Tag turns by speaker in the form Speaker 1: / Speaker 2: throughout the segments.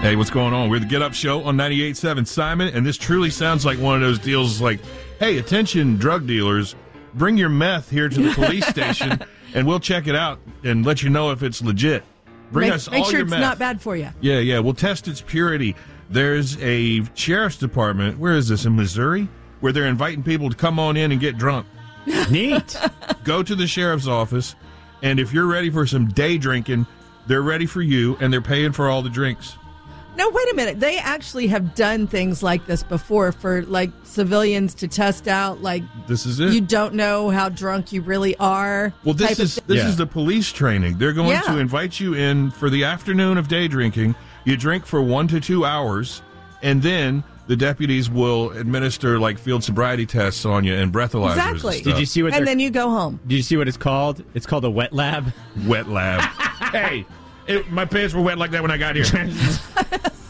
Speaker 1: Hey, what's going on? We're the Get Up Show on 98.7 Simon, and this truly sounds like one of those deals like, hey, attention, drug dealers, bring your meth here to the police station, and we'll check it out and let you know if it's legit. Bring
Speaker 2: make,
Speaker 1: us
Speaker 2: make
Speaker 1: all
Speaker 2: sure
Speaker 1: your
Speaker 2: it's
Speaker 1: meth.
Speaker 2: not bad for you.
Speaker 1: Yeah, yeah. We'll test its purity. There's a sheriff's department. Where is this? In Missouri? Where they're inviting people to come on in and get drunk.
Speaker 3: Neat.
Speaker 1: Go to the sheriff's office, and if you're ready for some day drinking, they're ready for you, and they're paying for all the drinks.
Speaker 2: No, wait a minute. They actually have done things like this before for like civilians to test out, like
Speaker 1: This is it.
Speaker 2: you don't know how drunk you really are.
Speaker 1: well,
Speaker 2: type
Speaker 1: this
Speaker 2: of
Speaker 1: is
Speaker 2: thing.
Speaker 1: this
Speaker 3: Yeah.
Speaker 1: is the police training. They're going
Speaker 2: Yeah.
Speaker 1: to invite you in for the afternoon of day drinking. You drink for one to two hours, and then the deputies will administer like field sobriety tests on you and breathalyzers. and
Speaker 2: exactly.
Speaker 1: stuff.
Speaker 3: Did you see what
Speaker 2: And
Speaker 3: they're-
Speaker 2: then you go home.
Speaker 3: Did you see what it's called? It's called a wet lab.
Speaker 1: wet lab. hey, it, my pants were wet like that when I got here.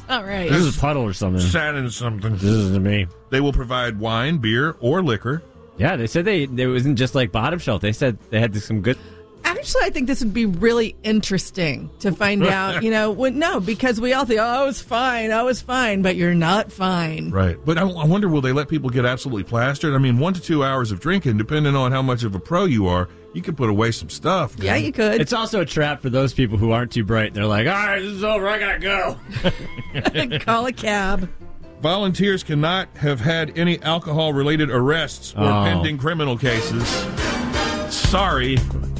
Speaker 2: All right.
Speaker 3: This is a puddle or something.
Speaker 1: Sad and something.
Speaker 3: This isn't me.
Speaker 1: They will provide wine, beer, or liquor.
Speaker 3: Yeah, they said they it wasn't just like bottom shelf. They said they had some good.
Speaker 2: Actually, I think this would be really interesting to find out. You know, when, no, because we all think, oh, I was fine, I was fine, but you're not fine.
Speaker 1: Right. But I, I wonder, will they let people get absolutely plastered? I mean, one to two hours of drinking, depending on how much of a pro you are, you could put away some stuff. man.
Speaker 2: Yeah, you could.
Speaker 3: It's also a trap for those people who aren't too bright. They're like, all right, this is over. I gotta go.
Speaker 2: Call a cab.
Speaker 1: Volunteers cannot have had any alcohol-related arrests or
Speaker 3: Oh.
Speaker 1: pending criminal cases. Sorry,